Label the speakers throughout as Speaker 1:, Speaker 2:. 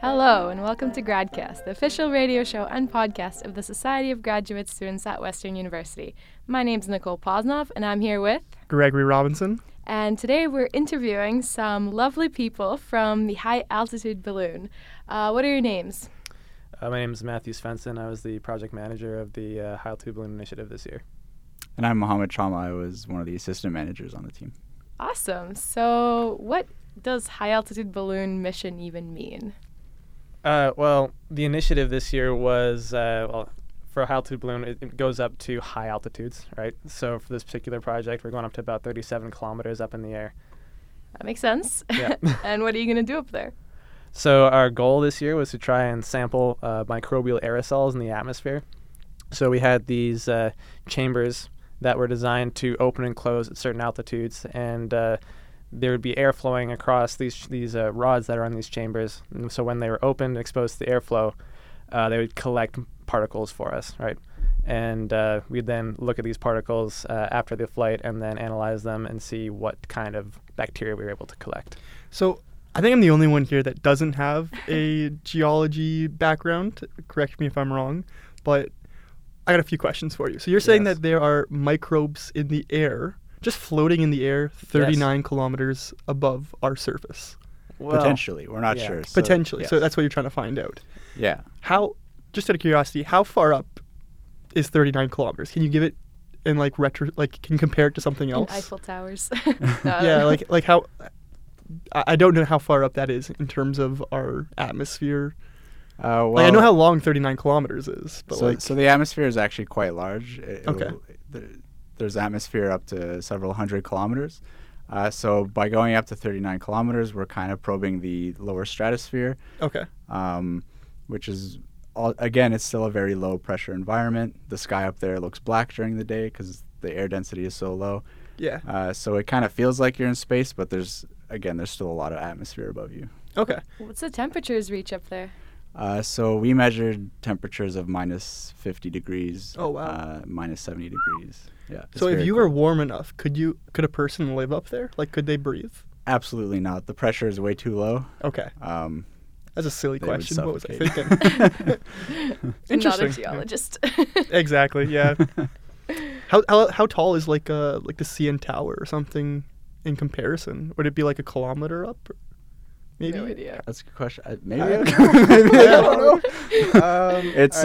Speaker 1: Hello, and welcome to GradCast, the official radio show and podcast of the Society of Graduate Students at Western University. My name's Nicole Posnov, and I'm here with.
Speaker 2: Gregory Robinson.
Speaker 1: And today we're interviewing some lovely people from the High Altitude Balloon. Uh, what are your names?
Speaker 3: Uh, my name is Matthew Svensson. I was the project manager of the uh, Heil Two Balloon Initiative this year.
Speaker 4: And I'm Mohammed Chama. I was one of the assistant managers on the team.
Speaker 1: Awesome. So, what does High Altitude Balloon Mission even mean?
Speaker 3: Uh, well, the initiative this year was uh, well for high altitude balloon. It, it goes up to high altitudes, right? So for this particular project, we're going up to about 37 kilometers up in the air.
Speaker 1: That makes sense.
Speaker 3: Yeah.
Speaker 1: and what are you going to do up there?
Speaker 3: So our goal this year was to try and sample uh, microbial aerosols in the atmosphere. So we had these uh, chambers that were designed to open and close at certain altitudes, and uh, there would be air flowing across these these uh, rods that are on these chambers. And so when they were opened, exposed to the airflow, uh, they would collect particles for us, right? And uh, we'd then look at these particles uh, after the flight and then analyze them and see what kind of bacteria we were able to collect.
Speaker 2: So I think I'm the only one here that doesn't have a geology background. Correct me if I'm wrong, but I got a few questions for you. So you're saying
Speaker 3: Yes.
Speaker 2: that there are microbes in the air, just floating in the air, 39 kilometers above our surface,
Speaker 4: Potentially, we're not
Speaker 3: yeah.
Speaker 4: sure. So,
Speaker 2: potentially. So
Speaker 4: yes.
Speaker 2: that's what you're trying to find out.
Speaker 4: yeah.
Speaker 2: How? Just out of curiosity, how far up is 39 kilometers? Can you give it in like retro? Like, can you compare it to something
Speaker 1: In
Speaker 2: else?
Speaker 1: Eiffel Towers. No, I don't
Speaker 2: yeah,
Speaker 1: know.
Speaker 2: like like how I I don't know how far up that is in terms of our atmosphere.
Speaker 4: Uh, well,
Speaker 2: like I know how long 39 kilometers is, but
Speaker 4: So,
Speaker 2: like
Speaker 4: so the atmosphere is actually quite large. It-
Speaker 2: Okay.
Speaker 4: it'll- there- there's atmosphere up to several hundred kilometers. Uh, so by going up to 39 kilometers, we're kind of probing the lower stratosphere,
Speaker 2: okay,
Speaker 4: um, which is all, again, it's still a very low pressure environment. The sky up there looks black during the day because the air density is so low.
Speaker 2: yeah,
Speaker 4: Uh, so it kind of feels like you're in space, but there's again, there's still a lot of atmosphere above you.
Speaker 2: okay,
Speaker 1: What's the temperatures reach up there?
Speaker 4: Uh, so we measured temperatures of minus 50 degrees.
Speaker 2: Oh, wow.
Speaker 4: Uh, minus 70 degrees. Yeah. it's
Speaker 2: so if
Speaker 4: very
Speaker 2: you
Speaker 4: cold.
Speaker 2: were warm enough, could you could a person live up there? Like, could they breathe?
Speaker 4: absolutely not, the pressure is way too low.
Speaker 2: Okay,
Speaker 4: Um,
Speaker 2: that's a silly
Speaker 4: They would
Speaker 2: question. What was I
Speaker 4: suffocate.
Speaker 2: thinking?
Speaker 1: Not a
Speaker 2: Interesting.
Speaker 1: geologist.
Speaker 2: exactly. Yeah. how, how how tall is like uh like the CN Tower or something in comparison? Would it be like a kilometer up? or- Maybe.
Speaker 1: No idea.
Speaker 4: that's a good question. I, maybe.
Speaker 3: I-
Speaker 4: I don't know. Maybe I don't know.
Speaker 3: Um,
Speaker 4: It's,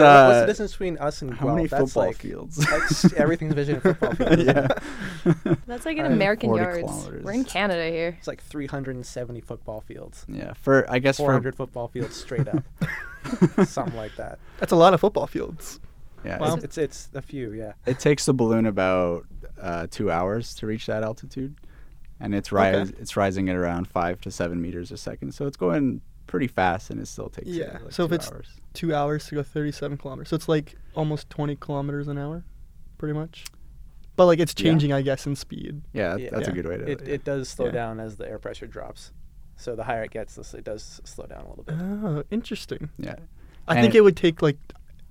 Speaker 3: all right,
Speaker 4: uh,
Speaker 3: between us and
Speaker 4: How
Speaker 3: Guelph?
Speaker 4: many
Speaker 3: That's
Speaker 4: football
Speaker 3: like-
Speaker 4: fields?
Speaker 3: that's everything's vision of football fields.
Speaker 4: yeah.
Speaker 1: That's like in
Speaker 3: Alright,
Speaker 1: American
Speaker 4: 40
Speaker 1: yards.
Speaker 4: kilometers.
Speaker 1: We're in Canada here.
Speaker 3: It's like 370 football fields,
Speaker 4: yeah. For I guess for
Speaker 3: 400 football fields straight up, something like that.
Speaker 2: That's a lot of football fields.
Speaker 4: yeah,
Speaker 2: Wow.
Speaker 4: it,
Speaker 3: It's it's a few, yeah.
Speaker 4: it takes the balloon about uh, two hours to reach that altitude, and it's rise it's rising at around five to seven meters a second. So it's going pretty fast, and it still takes you,
Speaker 2: Yeah,
Speaker 4: like,
Speaker 2: so if
Speaker 4: two
Speaker 2: it's-
Speaker 4: hours.
Speaker 2: two hours to go 37 kilometers. So it's like almost 20 kilometers an hour, pretty much. But like it's
Speaker 4: Yeah.
Speaker 2: changing, I guess, in speed.
Speaker 4: Yeah, that-
Speaker 3: Yeah.
Speaker 4: that's
Speaker 2: Yeah.
Speaker 4: a good way to.
Speaker 3: It, it does slow
Speaker 4: uh, Yeah.
Speaker 3: down as the air pressure drops. So the higher it gets, this- it does slow down a little bit.
Speaker 2: Oh, interesting.
Speaker 4: yeah.
Speaker 2: I
Speaker 4: And
Speaker 2: think
Speaker 4: it-
Speaker 2: it would take like,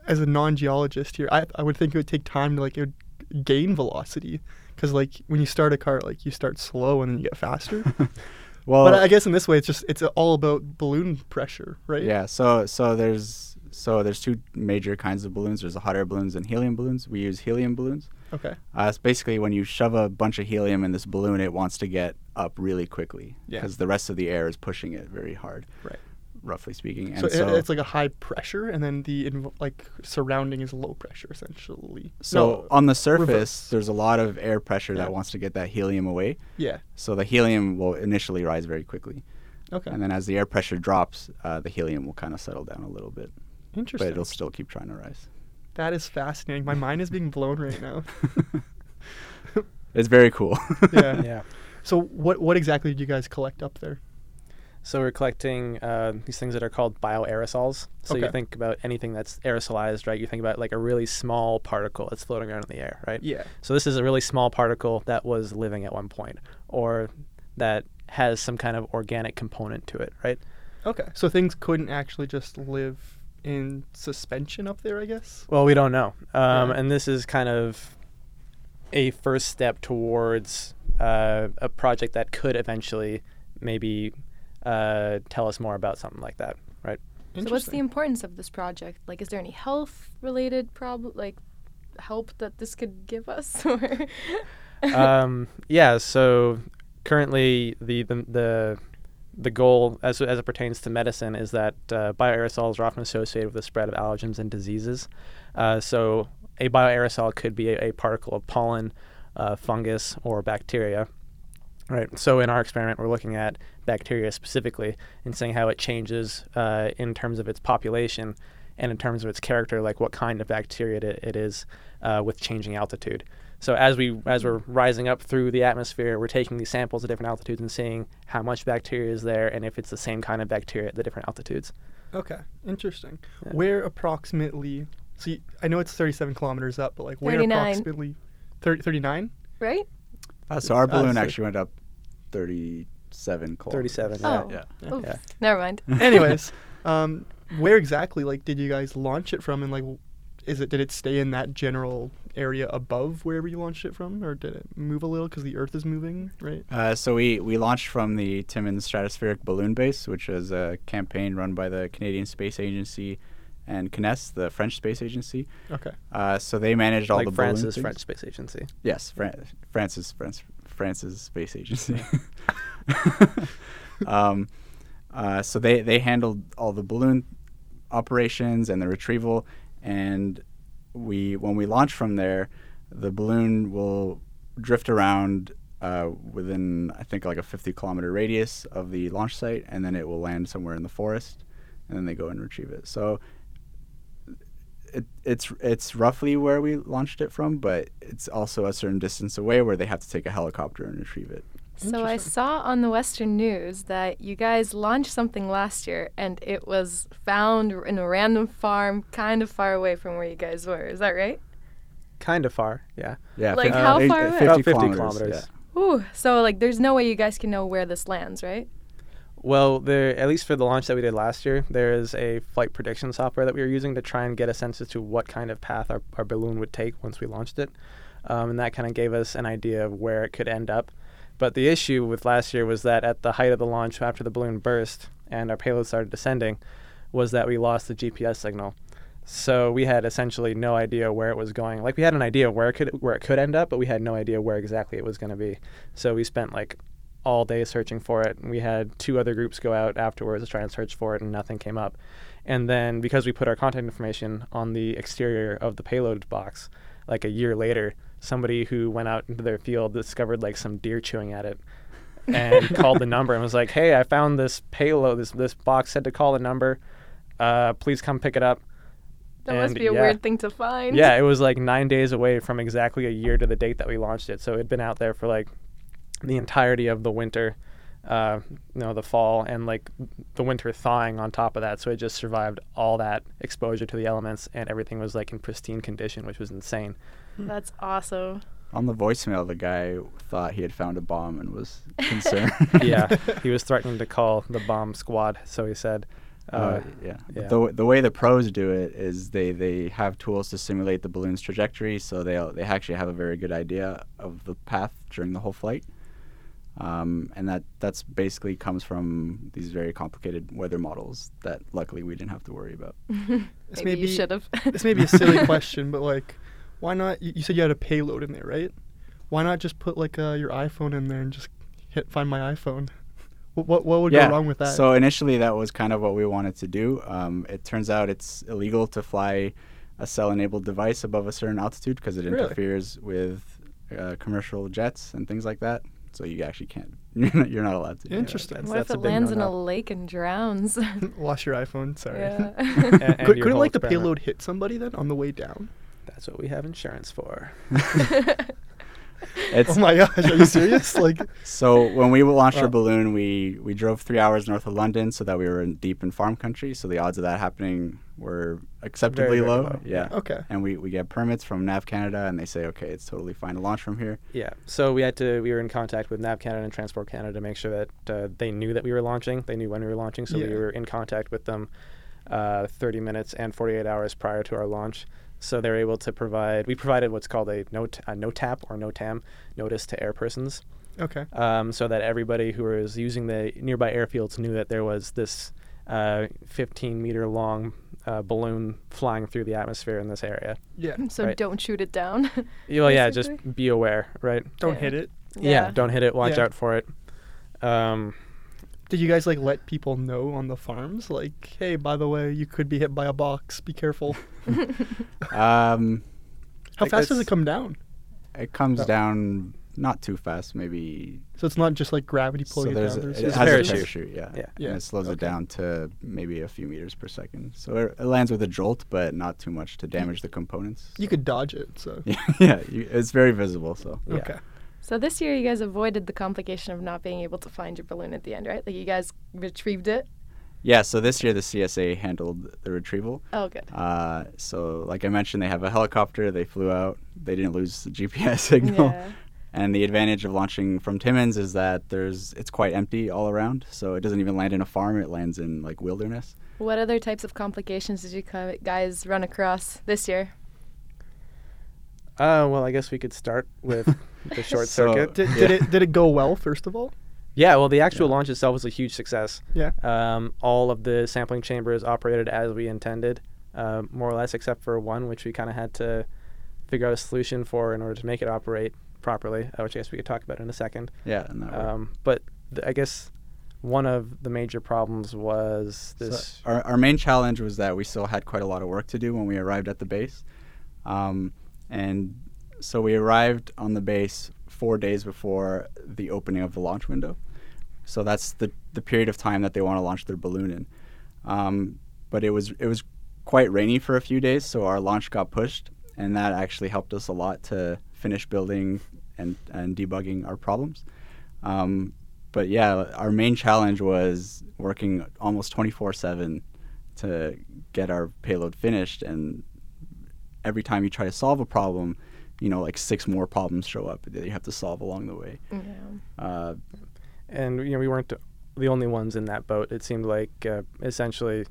Speaker 2: as a non-geologist here, I I would think it would take time to like it would gain velocity, because like when you start a car, like you start slow and then you get faster.
Speaker 4: Well,
Speaker 2: but I guess in this way, it's just it's all about balloon pressure, right?
Speaker 4: yeah. So so there's so there's two major kinds of balloons. There's the hot air balloons and helium balloons. We use helium balloons.
Speaker 2: Okay.
Speaker 4: Uh, it's basically when you shove a bunch of helium in this balloon, it wants to get up really quickly
Speaker 2: Yeah.
Speaker 4: because the rest of the air is pushing it very hard.
Speaker 2: Right.
Speaker 4: Roughly speaking, and
Speaker 2: So,
Speaker 4: so,
Speaker 2: it- it's like a high pressure, and then the inv- like surrounding is low pressure essentially.
Speaker 4: So
Speaker 2: No,
Speaker 4: on the surface,
Speaker 2: reverse.
Speaker 4: there's a lot of air pressure
Speaker 2: Yeah.
Speaker 4: that wants to get that helium away.
Speaker 2: yeah.
Speaker 4: So the helium will initially rise very quickly,
Speaker 2: Okay.
Speaker 4: and then as the air pressure drops, uh, the helium will kind of settle down a little bit, but
Speaker 2: Interesting.
Speaker 4: it'll still keep trying to rise.
Speaker 2: That is fascinating. My mind is being blown right now.
Speaker 4: It's very cool.
Speaker 2: Yeah.
Speaker 3: Yeah.
Speaker 2: So what what exactly did you guys collect up there?
Speaker 3: So we're collecting uh, these things that are called bioaerosols. So you
Speaker 2: Okay.
Speaker 3: think about anything that's aerosolized, right? You think about like a really small particle that's floating around in the air, right?
Speaker 2: Yeah.
Speaker 3: So this is a really small particle that was living at one point, or that has some kind of organic component to it, right?
Speaker 2: Okay. So things couldn't actually just live in suspension up there, I guess.
Speaker 3: Well, we don't know. Um,
Speaker 2: Yeah.
Speaker 3: And this is kind of a first step towards uh, a project that could eventually maybe uh, tell us more about something like that, right?
Speaker 1: So what's the importance of this project? Like, is there any health-related problem, like help that this could give us? Or
Speaker 3: um, yeah. So currently, the the the, the goal as, as it pertains to medicine is that uh, bioaerosols are often associated with the spread of allergens and diseases. Uh, so a bioaerosol could be a, a particle of pollen, uh, fungus, or bacteria. Right. So in our experiment, we're looking at bacteria specifically and seeing how it changes uh, in terms of its population and in terms of its character, like what kind of bacteria it, it is uh, with changing altitude. So as we as we're rising up through the atmosphere, we're taking these samples at different altitudes and seeing how much bacteria is there and if it's the same kind of bacteria at the different altitudes.
Speaker 2: Okay, interesting. Where approximately? So you, I know it's 37 kilometers up, but like where
Speaker 1: 39.
Speaker 2: approximately? 30, 39?
Speaker 1: right?
Speaker 4: Uh, so
Speaker 2: Ah,
Speaker 4: our balloon
Speaker 3: so-
Speaker 4: actually went up 37 kilometers.
Speaker 3: 37.
Speaker 1: Oh.
Speaker 3: Yeah.
Speaker 4: Yeah.
Speaker 1: Oof,
Speaker 3: Yeah.
Speaker 1: Never mind.
Speaker 2: Anyways, um, where exactly like did you guys launch it from, and like, w- is it did it stay in that general area above wherever you launched it from, or did it move a little because the Earth is moving, right?
Speaker 4: Uh, so we, we launched from the Timmins Stratospheric Balloon Base, which is a campaign run by the Canadian Space Agency and CNES, the French space agency.
Speaker 2: Okay.
Speaker 4: Uh, so they managed all
Speaker 3: like
Speaker 4: the balloon
Speaker 3: France's
Speaker 4: things.
Speaker 3: French Space Agency.
Speaker 4: Yes, Fran- France's France, France's space agency. um, uh, so they they handled all the balloon operations and the retrieval, and we when we launch from there, the balloon will drift around uh, within I think like a 50 kilometer radius of the launch site, and then it will land somewhere in the forest, and then they go and retrieve it. So it, it's it's roughly where we launched it from, but it's also a certain distance away where they have to take a helicopter and retrieve it.
Speaker 1: So I
Speaker 2: Interesting.
Speaker 1: saw on the Western News that you guys launched something last year, and it was found r- in a random farm, kind of far away from where you guys were. Is that right?
Speaker 3: Kind of far. Yeah.
Speaker 4: Yeah,
Speaker 1: Like,
Speaker 4: fif-
Speaker 1: how
Speaker 4: eight-
Speaker 1: far away?
Speaker 4: Fifty,
Speaker 3: About 50
Speaker 4: kilometers.
Speaker 3: kilometers.
Speaker 1: Ooh. So like, there's no way you guys can know where this lands, right?
Speaker 3: Well, there at least for the launch that we did last year, there is a flight prediction software that we were using to try and get a sense as to what kind of path our, our balloon would take once we launched it, um, and that kind of gave us an idea of where it could end up. But the issue with last year was that at the height of the launch, after the balloon burst and our payload started descending, was that we lost the GPS signal. So we had essentially no idea where it was going. Like we had an idea where it could where it could end up, but we had no idea where exactly it was going to be. So we spent like all day searching for it. And we had two other groups go out afterwards to try and search for it, and nothing came up. And then because we put our contact information on the exterior of the payload box, like a year later, somebody who went out into their field discovered like some deer chewing at it and called the number and was like, "Hey, I found this payload. This this box said to call the number. Uh, please come pick it up."
Speaker 1: That must
Speaker 3: And
Speaker 1: be a
Speaker 3: yeah.
Speaker 1: weird thing to find.
Speaker 3: Yeah, it was like nine days away from exactly a year to the date that we launched it. So it'd been out there for like the entirety of the winter, uh, you know, the fall, and like the winter thawing on top of that. So it just survived all that exposure to the elements, and everything was like in pristine condition, which was insane.
Speaker 1: That's awesome.
Speaker 4: On the voicemail, the guy thought he had found a bomb and was concerned.
Speaker 3: yeah, he was threatening to call the bomb squad. So he said, uh,
Speaker 4: Uh, yeah.
Speaker 3: yeah.
Speaker 4: But The, the way the pros do it is they, they have tools to simulate the balloon's trajectory, so they they actually have a very good idea of the path during the whole flight. Um, and that that's basically comes from these very complicated weather models that luckily we didn't have to worry about.
Speaker 2: This
Speaker 1: Maybe
Speaker 2: may
Speaker 1: you
Speaker 2: be-
Speaker 1: should have.
Speaker 2: this may be a silly question, but like, why not? You, you said you had a payload in there, right? Why not just put like uh, your iPhone in there and just hit find my iPhone? What what, what would go wrong with that?
Speaker 4: So initially, that was kind of what we wanted to do. Um, it turns out it's illegal to fly a cell-enabled device above a certain altitude because it
Speaker 2: Really?
Speaker 4: interferes with uh, commercial jets and things like that. So you actually can't. You're not, you're not allowed to. do that.
Speaker 2: Interesting.
Speaker 1: what if
Speaker 3: that's a
Speaker 1: it
Speaker 3: big
Speaker 1: lands in a
Speaker 3: no-no.
Speaker 1: lake and drowns?
Speaker 2: Lost your iPhone. Sorry.
Speaker 1: yeah.
Speaker 3: A- and
Speaker 2: Could,
Speaker 3: your
Speaker 2: couldn't
Speaker 3: whole
Speaker 2: like the
Speaker 3: experiment.
Speaker 2: payload hit somebody then on the way down?
Speaker 3: That's what we have insurance for.
Speaker 4: It's-
Speaker 2: Oh my gosh, are you serious? like,
Speaker 4: So when we launched our
Speaker 2: Well-
Speaker 4: balloon, we we drove three hours north of London so that we were in, deep in farm country. So the odds of that happening were acceptably
Speaker 3: very
Speaker 4: low.
Speaker 3: low.
Speaker 4: Yeah.
Speaker 2: okay.
Speaker 4: And we, we get permits from Nav Canada, and they say, okay, it's totally fine to launch from here.
Speaker 3: Yeah. So we had to. We were in contact with Nav Canada and Transport Canada to make sure that uh, they knew that we were launching. They knew when we were launching. So we
Speaker 2: Yeah.
Speaker 3: were in contact with them uh, 30 minutes and 48 hours prior to our launch. So they're able to provide. We provided what's called a no a no tap or no tam notice to air persons,
Speaker 2: Okay.
Speaker 3: um, so that everybody who was using the nearby airfields knew that there was this uh, 15 meter long uh, balloon flying through the atmosphere in this area.
Speaker 2: Yeah.
Speaker 1: So
Speaker 3: Right.
Speaker 1: don't shoot it down.
Speaker 3: Yeah, Well, yeah,
Speaker 1: Basically.
Speaker 3: just be aware, right?
Speaker 2: Don't
Speaker 1: Yeah.
Speaker 2: hit it.
Speaker 3: Yeah, don't hit it. Watch
Speaker 2: Yeah.
Speaker 3: out for it. Um,
Speaker 2: Did you guys like let people know on the farms? Like, hey, by the way, you could be hit by a box. Be careful.
Speaker 4: Um,
Speaker 2: How
Speaker 3: Like
Speaker 2: fast does
Speaker 3: that's-
Speaker 2: it come down?
Speaker 4: it comes
Speaker 2: Oh.
Speaker 4: down not too fast, maybe.
Speaker 2: So it's not just like gravity
Speaker 4: So
Speaker 2: pulling it
Speaker 4: there's
Speaker 2: down.
Speaker 4: a, it
Speaker 3: It's
Speaker 4: has
Speaker 3: a
Speaker 4: a
Speaker 3: parachute.
Speaker 4: parachute, yeah.
Speaker 3: Yeah.
Speaker 2: Yeah,
Speaker 4: And it slows it
Speaker 2: okay.
Speaker 4: down to maybe a few meters per second. So it, it lands with a jolt, but not too much to damage the components.
Speaker 2: You could dodge it. So
Speaker 4: yeah, yeah you, it's very visible. So
Speaker 3: yeah.
Speaker 2: okay.
Speaker 1: So this year you guys avoided the complication of not being able to find your balloon at the end, right? Like you guys retrieved it.
Speaker 4: yeah, so this year the CSA handled the retrieval.
Speaker 1: Oh, good.
Speaker 4: Uh, so like I mentioned, they have a helicopter. They flew out. They didn't lose the GPS signal.
Speaker 1: Yeah.
Speaker 4: And the advantage of launching from Timmins is that there's it's quite empty all around, so it doesn't even land in a farm. It lands in like wilderness.
Speaker 1: What other types of complications did you cu- guys run across this year?
Speaker 3: Uh, well, I guess we could start with the short
Speaker 4: So-
Speaker 3: circuit.
Speaker 2: Did,
Speaker 4: Yeah.
Speaker 2: did it did it go well? First of all,
Speaker 3: Yeah, well, the actual
Speaker 4: Yeah.
Speaker 3: launch itself was a huge success.
Speaker 2: Yeah.
Speaker 3: Um, all of the sampling chambers operated as we intended, uh, more or less, except for one, which we kind of had to figure out a solution for in order to make it operate properly, uh, which I guess we could talk about in a second.
Speaker 4: Yeah, and that worked.
Speaker 3: Um, but th- I guess one of the major problems was
Speaker 4: So
Speaker 3: this.
Speaker 4: our, our main challenge was that we still had quite a lot of work to do when we arrived at the base. Um, and so we arrived on the base four days before the opening of the launch window. So that's the, the period of time that they want to launch their balloon in. Um, but it was, it was quite rainy for a few days, so our launch got pushed. And that actually helped us a lot to finish building and, and debugging our problems. Um, but yeah, our main challenge was working almost 24 7 to get our payload finished. And every time you try to solve a problem, you know, like six more problems show up that you have to solve along the way.
Speaker 1: Yeah.
Speaker 4: Uh,
Speaker 3: and you know we weren't the only ones in that boat. It seemed like uh, essentially,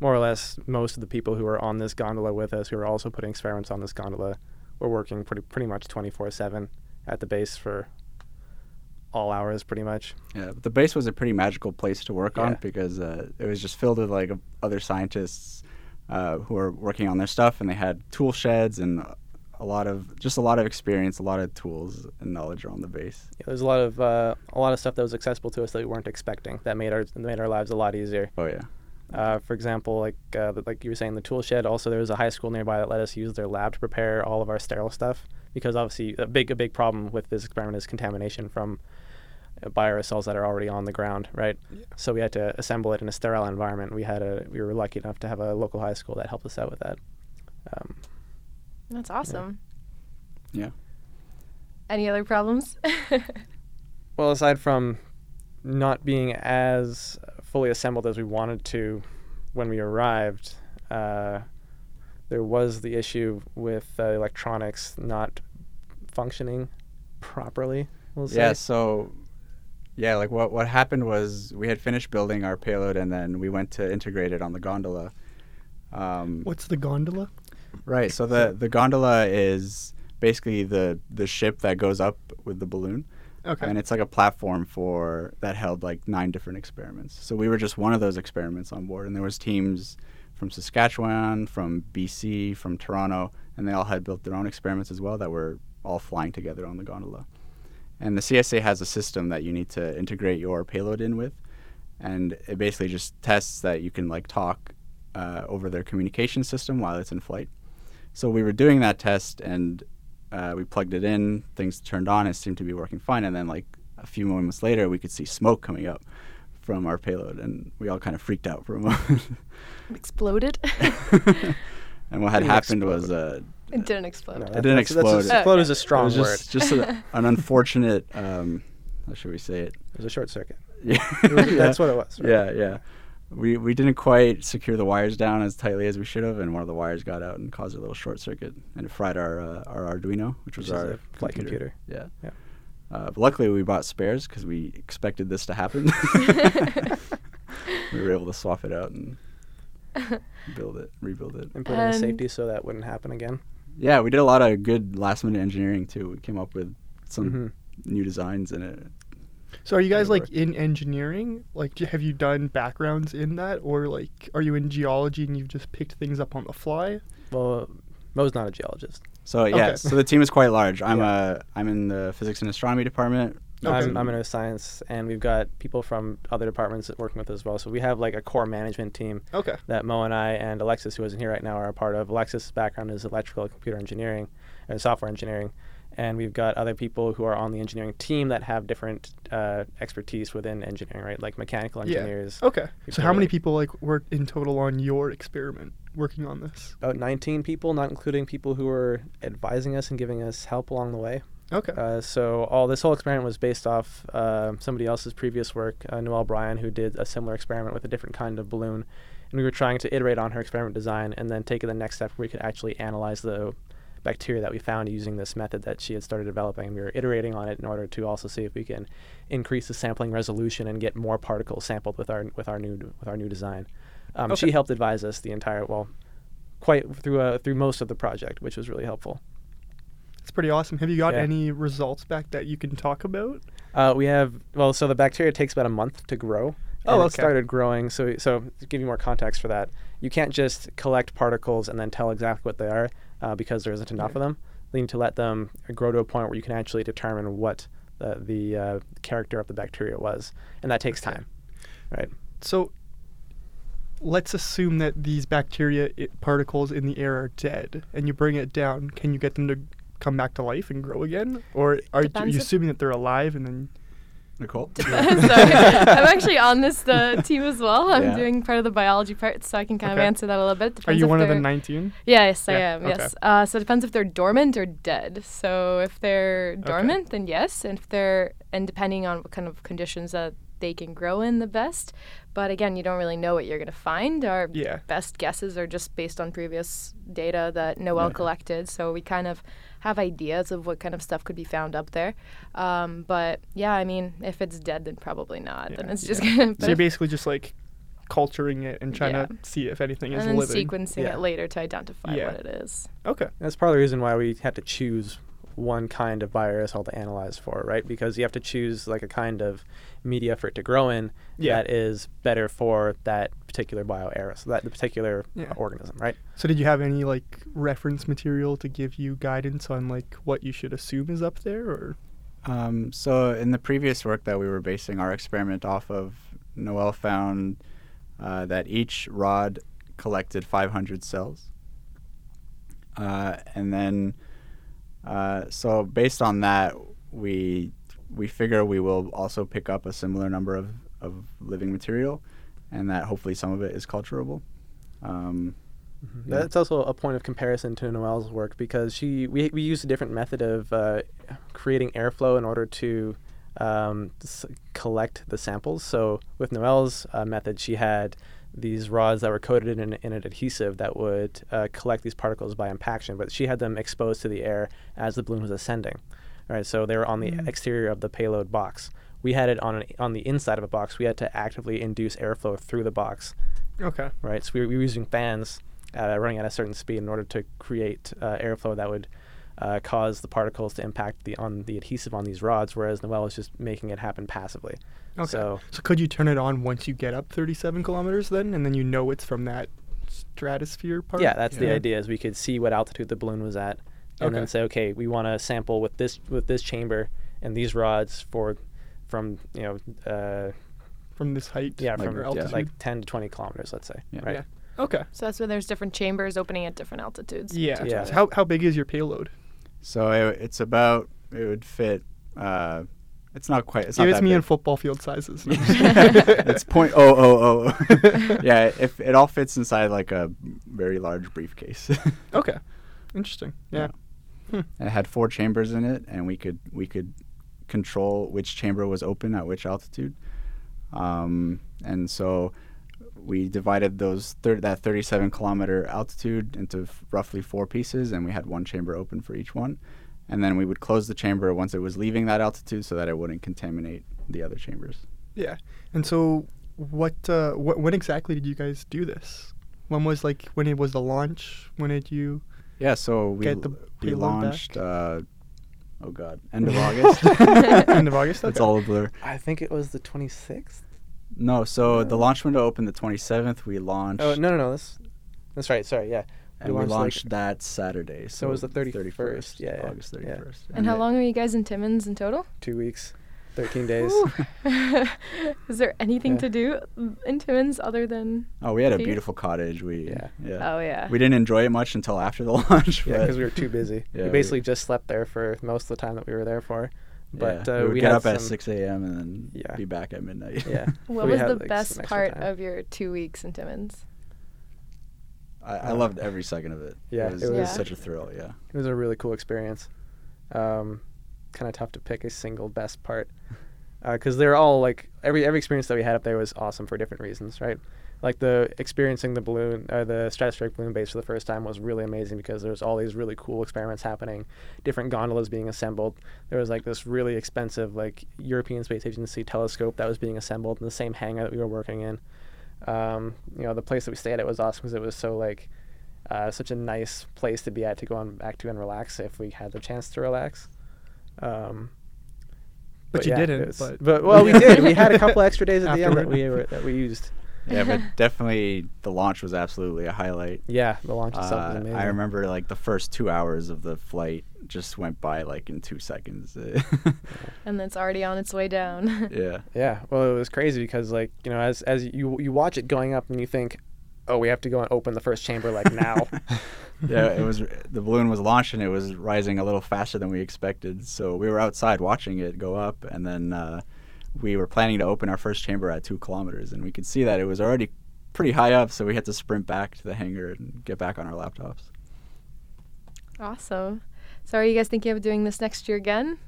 Speaker 3: more or less, most of the people who were on this gondola with us, who were also putting experiments on this gondola, were working pretty pretty much twenty four seven at the base for all hours, pretty much.
Speaker 4: yeah, but the base was a pretty magical place to work on
Speaker 3: Yeah.
Speaker 4: because uh, it was just filled with like other scientists uh, who were working on their stuff, and they had tool sheds and a lot of just a lot of experience, a lot of tools and knowledge around the base.
Speaker 3: Yeah, there's a lot of uh, a lot of stuff that was accessible to us that we weren't expecting. That made our made our lives a lot easier.
Speaker 4: Oh yeah.
Speaker 3: Uh, for example, like uh, th- like you were saying, the tool shed. Also, there was a high school nearby that let us use their lab to prepare all of our sterile stuff because obviously a big a big problem with this experiment is contamination from uh, bioaerosols that are already on the ground, right? So we had to assemble it in a sterile environment. We had a we were lucky enough to have a local high school that helped us out with that. Um,
Speaker 1: That's awesome.
Speaker 4: Yeah.
Speaker 1: Any other problems?
Speaker 3: Well, aside from not being as fully assembled as we wanted to when we arrived, uh, there was the issue with uh, electronics not functioning properly. We'll say.
Speaker 4: Yeah, so yeah, like what what happened was we had finished building our payload and then we went to integrate it on the gondola. Um,
Speaker 2: what's the gondola?
Speaker 4: right, so the the gondola is basically the the ship that goes up with the balloon
Speaker 2: Okay.
Speaker 4: and it's like a platform for that held like nine different experiments. So we were just one of those experiments on board and there was teams from Saskatchewan, from BC, from Toronto, and they all had built their own experiments as well that were all flying together on the gondola. And the CSA has a system that you need to integrate your payload in with, and it basically just tests that you can like talk uh, over their communication system while it's in flight. So we were doing that test, and uh, we plugged it in. Things turned on. It seemed to be working fine. And then like a few moments later, we could see smoke coming up from our payload, and we all kind of freaked out for a moment.
Speaker 1: Exploded?
Speaker 4: and what had
Speaker 3: Didn't
Speaker 4: happened was uh,
Speaker 1: it didn't explode.
Speaker 3: No,
Speaker 4: it didn't
Speaker 3: that's- that's-
Speaker 4: explode.
Speaker 3: explode is a
Speaker 4: it
Speaker 3: strong
Speaker 4: was
Speaker 3: word.
Speaker 4: just, just a, an unfortunate. Um, how should we say it?
Speaker 3: It was a short circuit.
Speaker 4: Yeah.
Speaker 3: That's what it was. right?
Speaker 4: Yeah, yeah. We we didn't quite secure the wires down as tightly as we should have, and one of the wires got out and caused a little short circuit, and it fried our uh, our Arduino, which
Speaker 3: Which
Speaker 4: was
Speaker 3: is
Speaker 4: our
Speaker 3: a flight computer.
Speaker 4: Yeah.
Speaker 3: Yeah.
Speaker 4: Uh, but luckily, we bought spares because we expected this to happen. we were able to swap it out and build it, rebuild it.
Speaker 3: And put in the
Speaker 1: And-
Speaker 3: safety so that wouldn't happen again.
Speaker 4: Yeah, we did a lot of good last minute engineering too. We came up with some
Speaker 3: Mhm.
Speaker 4: new designs in it.
Speaker 2: So are you guys
Speaker 4: That'll
Speaker 2: like in engineering? Like j- have you done backgrounds in that or like are you in geology and you've just picked things up on the fly?
Speaker 3: Well, Mo's not a geologist.
Speaker 4: So yeah,
Speaker 2: Okay.
Speaker 4: so the team is quite large. I'm uh, I'm in the physics and astronomy department.
Speaker 2: Okay.
Speaker 3: I'm, I'm in earth science, and we've got people from other departments that working with us as well. So we have like a core management team
Speaker 2: Okay.
Speaker 3: that Mo and I and Alexis, who isn't here right now, are a part of. Alexis' background is electrical and computer engineering and software engineering. And we've got other people who are on the engineering team that have different uh, expertise within engineering, right? Like mechanical
Speaker 2: Yeah.
Speaker 3: engineers.
Speaker 2: Okay. So
Speaker 3: People
Speaker 2: how many
Speaker 3: like-
Speaker 2: people like worked in total on your experiment working on this?
Speaker 3: About 19 people, not including people who were advising us and giving us help along the way.
Speaker 2: Okay.
Speaker 3: Uh, so all this whole experiment was based off uh, somebody else's previous work, uh, Noelle Bryan, who did a similar experiment with a different kind of balloon, and we were trying to iterate on her experiment design and then take it the next step where we could actually analyze the bacteria that we found using this method that she had started developing. We were iterating on it in order to also see if we can increase the sampling resolution and get more particles sampled with our with our new with our new design. Um,
Speaker 2: Okay.
Speaker 3: She helped advise us the entire well, quite through uh, through most of the project, which was really helpful.
Speaker 2: It's pretty awesome. Have you got
Speaker 3: yeah.
Speaker 2: any results back that you can talk about?
Speaker 3: Uh, we have well, so the bacteria takes about a month to grow.
Speaker 2: Oh,
Speaker 3: and
Speaker 2: okay.
Speaker 3: It started growing. So, so to give you more context for that, you can't just collect particles and then tell exactly what they are uh, because there isn't enough of them. You need to let them grow to a point where you can actually determine what the, the uh, character of the bacteria was, and that takes time. Right.
Speaker 2: So let's assume that these bacteria i particles in the air are dead and you bring it down. Can you get them to come back to life and grow again? Or are you, are
Speaker 1: Depends
Speaker 2: you
Speaker 1: if-
Speaker 2: assuming that they're alive and then.
Speaker 4: Nicole.
Speaker 1: Sorry. I'm actually on this uh, team as well. I'm
Speaker 4: Yeah.
Speaker 1: doing part of the biology part, so I can kind
Speaker 2: Okay.
Speaker 1: of answer that a little bit.
Speaker 2: Are
Speaker 1: Depends
Speaker 2: you
Speaker 1: if
Speaker 2: one of the
Speaker 1: they're-
Speaker 2: 19?
Speaker 1: Yes, I
Speaker 2: Yeah,
Speaker 1: am.
Speaker 2: okay.
Speaker 1: Yes. Uh, so it depends if they're dormant or dead. So if they're dormant, then yes. And if they're and depending on what kind of conditions that they can grow in, the best. But again, you don't really know what you're going to find. Our
Speaker 2: Yeah.
Speaker 1: best guesses are just based on previous data that Noel collected. So we kind of have ideas of what kind of stuff could be found up there. Um, but yeah, I mean, if it's dead, then probably not. then it's just going
Speaker 2: So you're
Speaker 1: to.
Speaker 2: basically just like culturing it and trying
Speaker 1: Yeah.
Speaker 2: to see if anything is
Speaker 1: And then
Speaker 2: living.
Speaker 1: sequencing
Speaker 2: Yeah.
Speaker 1: it later to identify
Speaker 2: Yeah.
Speaker 1: what it is.
Speaker 2: Okay.
Speaker 3: That's part of the reason why we had to choose one kind of bioaerosol to analyze for, right? Because you have to choose like a kind of media for it to grow in
Speaker 2: Yeah.
Speaker 3: that is better for that particular bioaerosol, that the particular uh,
Speaker 2: Yeah.
Speaker 3: organism, right?
Speaker 2: So did you have any like reference material to give you guidance on like what you should assume is up there or
Speaker 4: Um, so in the previous work that we were basing our experiment off of, Noel found uh, that each rod collected 500 cells, uh, and then uh, so based on that, we we figure we will also pick up a similar number of, of living material, and that hopefully some of it is culturable. Um, Yeah.
Speaker 3: That's also a point of comparison to Noelle's work because she we, we used a different method of uh, creating airflow in order to um, s- collect the samples. So with Noelle's uh, method, she had these rods that were coated in, in an adhesive that would uh, collect these particles by impaction, but she had them exposed to the air as the balloon was ascending. All right, so they were on the exterior of the payload box. We had it on an, on the inside of a box. We had to actively induce airflow through the box
Speaker 2: Okay.
Speaker 3: right? So we were, we were using fans uh, running at a certain speed in order to create uh, airflow that would uh, cause the particles to impact the on the adhesive on these rods, whereas Noel is just making it happen passively.
Speaker 2: Okay.
Speaker 3: So
Speaker 2: So could you turn it on once you get up 37 kilometers then, and then you know it's from that stratosphere part?
Speaker 3: yeah, that's the
Speaker 4: Yeah.
Speaker 3: idea: is we could see what altitude the balloon was at, and
Speaker 2: Okay.
Speaker 3: then say, okay, we want to sample with this with this chamber and these rods for from you know uh,
Speaker 2: From this height.
Speaker 3: yeah
Speaker 2: or
Speaker 3: from
Speaker 4: yeah.
Speaker 2: altitude.
Speaker 3: like 10 to 20 kilometers, let's say,
Speaker 4: Yeah.
Speaker 3: right?
Speaker 2: Yeah. okay.
Speaker 1: So that's where there's different chambers opening at different altitudes.
Speaker 2: Yeah.
Speaker 3: Yeah.
Speaker 2: So how how big is your payload?
Speaker 4: so it, it's about it would fit. Uh, it's not quite. It's not
Speaker 2: Give it
Speaker 4: that
Speaker 2: to me
Speaker 4: big.
Speaker 2: in football field sizes.
Speaker 4: it's point oh oh oh. yeah, if it all fits inside like a very large briefcase.
Speaker 2: okay. Interesting. Yeah.
Speaker 4: it had four chambers in it, and we could we could control which chamber was open at which altitude. Um, and so we divided those thir- that 37 kilometer altitude into f- roughly four pieces, and we had one chamber open for each one. And then we would close the chamber once it was leaving that altitude, so that it wouldn't contaminate the other chambers.
Speaker 2: Yeah. And so what uh wh- when exactly did you guys do this? When was like when it was the launch? When did you
Speaker 4: Yeah, so we
Speaker 2: Get the
Speaker 4: we
Speaker 2: payload
Speaker 4: launched
Speaker 2: back?
Speaker 4: uh, oh god, end of August.
Speaker 2: End of August.
Speaker 4: That's
Speaker 2: okay.
Speaker 4: all a blur.
Speaker 3: I think it was the 26th.
Speaker 4: No, so the launch window opened the 27th. We launched.
Speaker 3: Oh no no no that's that's right. Sorry yeah.
Speaker 4: and we
Speaker 3: launched, like-
Speaker 4: launched that Saturday. So,
Speaker 3: it was the 31st, yeah, yeah,
Speaker 4: August
Speaker 3: yeah.
Speaker 4: 31st.
Speaker 1: And how long are you guys in Timmins in total?
Speaker 3: two weeks, 13 days.
Speaker 1: Ooh. Is there anything
Speaker 3: Yeah.
Speaker 1: to do in Timmins other than?
Speaker 4: Oh, we had a
Speaker 1: Do you-
Speaker 4: beautiful cottage. We
Speaker 3: Yeah. Uh,
Speaker 4: yeah.
Speaker 1: Oh yeah.
Speaker 4: We didn't enjoy it much until after the launch.
Speaker 3: Yeah,
Speaker 4: but-
Speaker 3: because we were too busy. we
Speaker 4: Yeah, we-
Speaker 3: basically just slept there for most of the time that we were there for. But
Speaker 4: yeah,
Speaker 3: uh,
Speaker 4: we
Speaker 3: we,
Speaker 4: would get
Speaker 3: had
Speaker 4: up at
Speaker 3: some-
Speaker 4: 6 a.m. and then
Speaker 3: Yeah.
Speaker 4: be back at midnight.
Speaker 3: Yeah.
Speaker 1: what
Speaker 3: we
Speaker 1: was
Speaker 3: had,
Speaker 1: the
Speaker 3: like, some
Speaker 1: best
Speaker 3: extra
Speaker 1: part
Speaker 3: time.
Speaker 1: of your two weeks in Timmins?
Speaker 4: I, I loved every second of it.
Speaker 3: Uh, Yeah,
Speaker 4: it was,
Speaker 3: it
Speaker 4: it was
Speaker 1: was-
Speaker 4: such a thrill. Yeah,
Speaker 3: It was a really cool experience. Um, kind of tough to pick a single best part because they're all like every every experience that we had up there was awesome for different reasons, right? Like the experiencing the balloon, uh, the stratospheric balloon base for the first time was really amazing because there was all these really cool experiments happening, different gondolas being assembled. There was like this really expensive like European Space Agency telescope that was being assembled in the same hangar that we were working in. Um, you know, the place that we stayed at was awesome because it was so like uh, such a nice place to be at to go on back to and relax if we had the chance to relax. Um,
Speaker 2: But you didn't,
Speaker 3: it was-
Speaker 2: but-
Speaker 3: well, we did. We had a couple extra days at the end that
Speaker 2: Afterward.
Speaker 3: we were, that we used.
Speaker 4: yeah, but definitely the launch was absolutely a highlight.
Speaker 3: Yeah, the launch itself was
Speaker 4: Uh,
Speaker 3: amazing.
Speaker 4: I remember like the first two hours of the flight just went by like in two seconds.
Speaker 1: And it's already on its way down.
Speaker 4: yeah,
Speaker 3: Yeah, well, it was crazy because like you know, as as you you watch it going up and you think, oh, we have to go and open the first chamber like now.
Speaker 4: yeah. It was the balloon was launched and it was rising a little faster than we expected. So we were outside watching it go up, and then uh, we were planning to open our first chamber at two kilometers, and we could see that it was already pretty high up. So we had to sprint back to the hangar and get back on our laptops.
Speaker 1: awesome. So are you guys thinking of doing this next year again?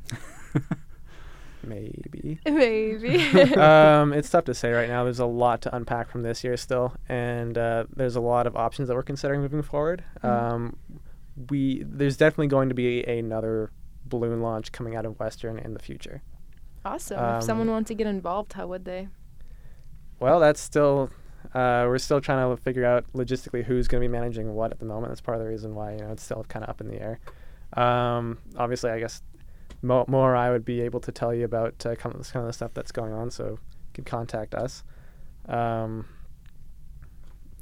Speaker 3: Maybe.
Speaker 1: Maybe.
Speaker 3: um, it's tough to say right now. There's a lot to unpack from this year still, and uh, there's a lot of options that we're considering moving forward. Um, we there's definitely going to be another balloon launch coming out of Western in the future.
Speaker 1: awesome.
Speaker 3: Um,
Speaker 1: if someone wanted to get involved, how would they?
Speaker 3: Well, that's still uh, we're still trying to figure out logistically who's going to be managing what at the moment. That's part of the reason why you know it's still kind of up in the air. Um, obviously, I guess Mo, Mo or I would be able to tell you about uh, kind of this kind of the stuff that's going on, so you can contact us. Um,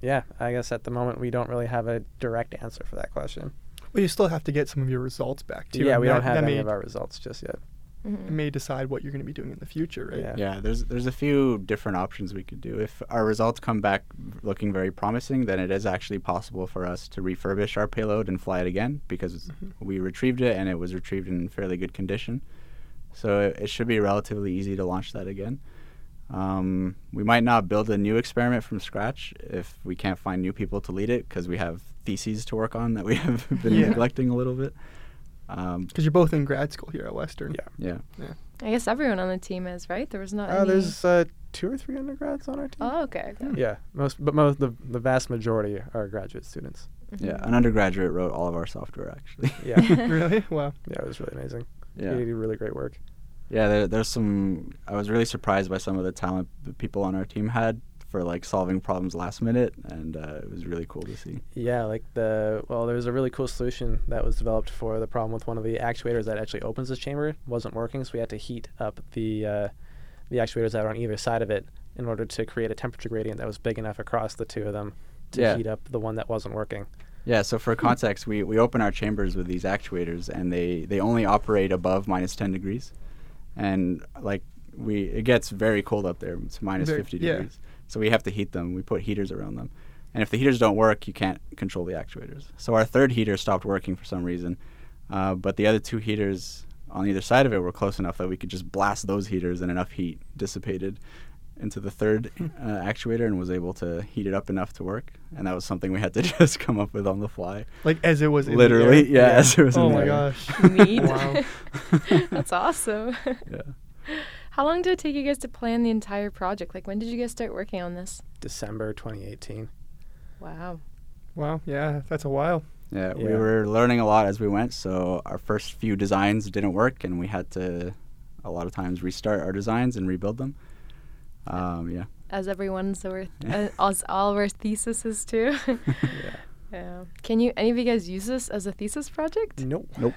Speaker 3: yeah, I guess at the moment we don't really have a direct answer for that question.
Speaker 2: Well, you still have to get some of your results back too.
Speaker 3: yeah,
Speaker 2: and
Speaker 3: we
Speaker 2: that-
Speaker 3: don't have
Speaker 2: that
Speaker 3: any
Speaker 2: may,
Speaker 3: of our results just yet.
Speaker 2: it may decide what you're going to be doing in the future, right?
Speaker 3: Yeah.
Speaker 4: Mm-hmm. Yeah, there's there's a few different options we could do. If our results come back looking very promising, then it is actually possible for us to refurbish our payload and fly it again because we retrieved it and it was retrieved in fairly good condition. So it, it should be relatively easy to launch that again. Um, we might not build a new experiment from scratch if we can't find new people to lead it because we have theses to work on that we have been
Speaker 2: Yeah.
Speaker 4: neglecting a little bit. Um,
Speaker 2: Because you're both in grad school here at Western.
Speaker 3: Yeah.
Speaker 4: yeah.
Speaker 1: I guess everyone on the team is right. There was not.
Speaker 3: Uh,
Speaker 1: any...
Speaker 3: there's uh, two or three undergrads on our team.
Speaker 1: Oh, okay. okay.
Speaker 3: Yeah, most but most the the vast majority are graduate students.
Speaker 4: Yeah. An undergraduate wrote all of our software actually.
Speaker 3: Yeah, yeah,
Speaker 2: really? Wow.
Speaker 3: it was really amazing.
Speaker 4: Yeah.
Speaker 3: You did really great work.
Speaker 4: Yeah, there, there's some. I was really surprised by some of the talent the people on our team had for like solving problems last minute, and uh, it was really cool to see.
Speaker 3: Yeah, like the well, there was a really cool solution that was developed for the problem with one of the actuators that actually opens this chamber It wasn't working, so we had to heat up the uh, the actuators that are on either side of it in order to create a temperature gradient that was big enough across the two of them to
Speaker 4: Yeah.
Speaker 3: heat up the one that wasn't working.
Speaker 4: Yeah. So for context, we, we open our chambers with these actuators, and they they only operate above minus 10 degrees, and like we it gets very cold up there. It's minus
Speaker 2: Very-
Speaker 4: 50
Speaker 2: yeah.
Speaker 4: degrees. So we have to heat them. We put heaters around them, and if the heaters don't work, you can't control the actuators. So our third heater stopped working for some reason, uh, but the other two heaters on either side of it were close enough that we could just blast those heaters, and enough heat dissipated into the third
Speaker 2: Hmm.
Speaker 4: uh, actuator and was able to heat it up enough to work. And that was something we had to just come up with on the fly.
Speaker 2: Like as it was in the air.
Speaker 4: Literally, yeah, as it was in
Speaker 2: Oh
Speaker 4: the
Speaker 2: my
Speaker 4: air.
Speaker 2: gosh.
Speaker 1: Neat.
Speaker 2: Wow.
Speaker 1: That's awesome.
Speaker 4: Yeah.
Speaker 1: How long did it take you guys to plan the entire project? Like, when did you guys start working on this?
Speaker 3: December 2018.
Speaker 1: Wow.
Speaker 2: Wow. Yeah, that's a while.
Speaker 4: Yeah, we
Speaker 3: Yeah.
Speaker 4: were learning a lot as we went. So our first few designs didn't work, and we had to a lot of times restart our designs and rebuild them. Um, yeah,
Speaker 1: As everyone's, our, uh, as all of our theses too.
Speaker 3: Yeah.
Speaker 1: Yeah. Can you any of you guys use this as a thesis project?
Speaker 3: Nope.
Speaker 4: Nope.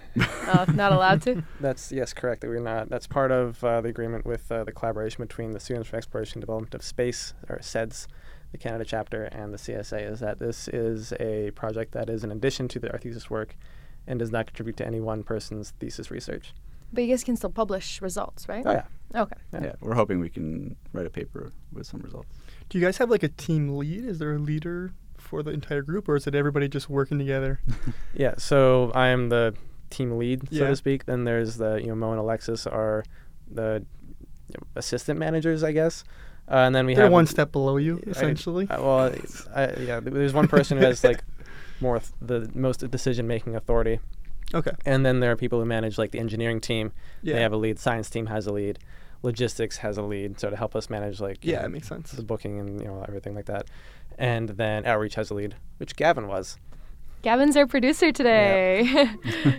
Speaker 1: Uh, not allowed to.
Speaker 3: That's yes, correct. That we're not. That's part of uh, the agreement with uh, the collaboration between the Students for Exploration and Development of Space, or SEDS, the Canada chapter, and the CSA. Is that this is a project that is in addition to the, our thesis work, and does not contribute to any one person's thesis research.
Speaker 1: But you guys can still publish results, right?
Speaker 3: Oh yeah.
Speaker 1: Okay.
Speaker 4: yeah, we're hoping we can write a paper with some results.
Speaker 2: Do you guys have like a team lead? Is there a leader for the entire group, or is it everybody just working together?
Speaker 3: Yeah, so I am the team lead, so
Speaker 2: Yeah.
Speaker 3: to speak. Then there's the you know Mo and Alexis are the you know, assistant managers, I guess. Uh, and then we
Speaker 2: They're
Speaker 3: have
Speaker 2: one step below you,
Speaker 3: I-
Speaker 2: essentially.
Speaker 3: uh, well, it's- I, yeah, th- there's one person who has like more th- the most decision making authority,
Speaker 2: okay.
Speaker 3: and then there are people who manage like the engineering team.
Speaker 2: Yeah.
Speaker 3: They have a lead. Science team has a lead. Logistics has a lead. So to help us manage like you
Speaker 2: Yeah,
Speaker 3: know,
Speaker 2: it makes sense.
Speaker 3: the booking and you know everything like that, and then outreach has a lead, which Gavin was.
Speaker 1: Gavin's our producer today.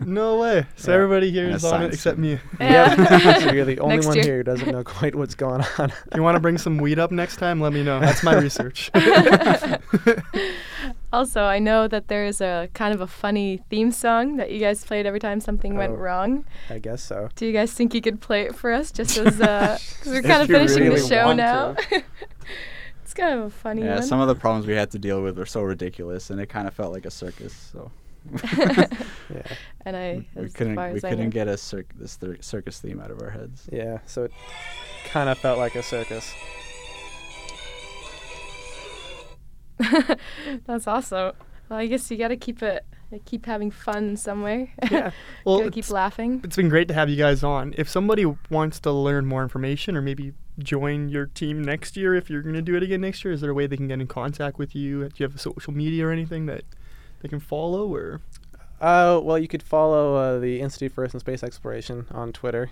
Speaker 2: No way. So
Speaker 3: Yeah.
Speaker 2: everybody here
Speaker 4: And a
Speaker 2: is on it
Speaker 4: science
Speaker 2: except
Speaker 4: team.
Speaker 2: me.
Speaker 1: Yeah.
Speaker 3: so you're the only
Speaker 1: Next
Speaker 3: one
Speaker 1: year.
Speaker 3: here who doesn't know quite what's going on.
Speaker 2: you want to bring some weed up next time? Let me know. That's my research.
Speaker 1: also, I know that there is a kind of a funny theme song that you guys played every time something went
Speaker 3: Oh.
Speaker 1: wrong.
Speaker 3: I guess so.
Speaker 1: Do you guys think you could play it for us just as uh, we we're
Speaker 4: If
Speaker 1: kind of
Speaker 4: you
Speaker 1: finishing
Speaker 4: really
Speaker 1: the show
Speaker 3: want
Speaker 1: now? it's kind of a funny
Speaker 4: yeah,
Speaker 1: one.
Speaker 4: some of the problems we had to deal with were so ridiculous, and it kind of felt like a circus. So
Speaker 3: Yeah.
Speaker 1: and I,
Speaker 4: we
Speaker 1: as
Speaker 4: couldn't
Speaker 1: far as
Speaker 4: we
Speaker 1: I
Speaker 4: couldn't
Speaker 1: know-
Speaker 4: get a circ- this thir- circus theme out of our heads.
Speaker 3: Yeah. So it kind of felt like a circus.
Speaker 1: That's awesome. Well, I guess you got to keep it, keep having fun somewhere.
Speaker 2: Yeah. Well,
Speaker 1: gotta keep
Speaker 2: it's-
Speaker 1: laughing.
Speaker 2: it's been great to have you guys on. If somebody wants to learn more information or maybe join your team next year, if you're going to do it again next year, is there a way they can get in contact with you? Do you have social media or anything that they can follow? Or
Speaker 3: Uh, well, you could follow uh, the Institute for Earth and Space Exploration on Twitter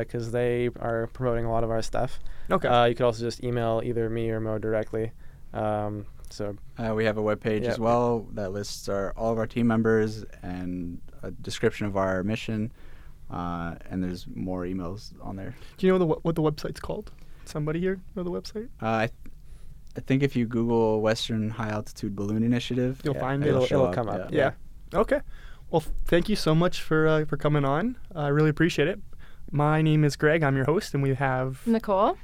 Speaker 3: because they are promoting a lot of our stuff.
Speaker 2: okay,
Speaker 3: Uh, you could also just email either me or Mo directly. Um, so
Speaker 4: Uh, we have a webpage
Speaker 3: Yeah.
Speaker 4: as well that lists our, all of our team members and a description of our mission. Uh, and there's more emails on there.
Speaker 2: do you know the, what what the website's called? Somebody here know the website?
Speaker 4: Uh, I, th- I think if you Google Western High Altitude Balloon Initiative,
Speaker 2: You'll
Speaker 3: yeah,
Speaker 2: find it.
Speaker 3: it'll,
Speaker 4: It'll show
Speaker 3: it'll
Speaker 4: up,
Speaker 3: come
Speaker 4: yeah.
Speaker 3: up.
Speaker 2: Yeah. Okay. Well, f- thank you so much for uh, for coming on. I really appreciate it. My name is Greg. I'm your host, and we have
Speaker 1: Nicole,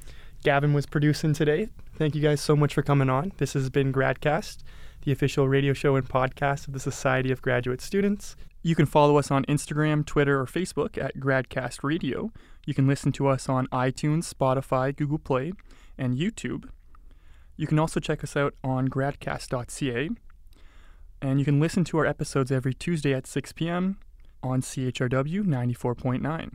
Speaker 2: Gavin was producing today. Thank you guys so much for coming on. This has been Gradcast, the official radio show and podcast of the Society of Graduate Students. You can follow us on Instagram, Twitter, or Facebook at Gradcast Radio. You can listen to us on iTunes, Spotify, Google Play, and YouTube. You can also check us out on gradcast.ca. And you can listen to our episodes every Tuesday at 6 p.m. on CHRW 94.9.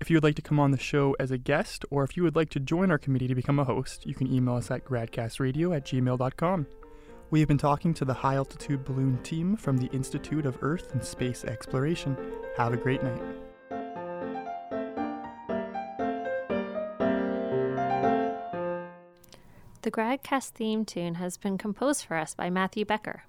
Speaker 2: If you would like to come on the show as a guest, or if you would like to join our committee to become a host, you can email us at gradcastradio at gmail.com. We have been talking to the High Altitude Balloon team from the Institute of Earth and Space Exploration. Have a great night.
Speaker 5: The Gradcast theme tune has been composed for us by Matthew Becker.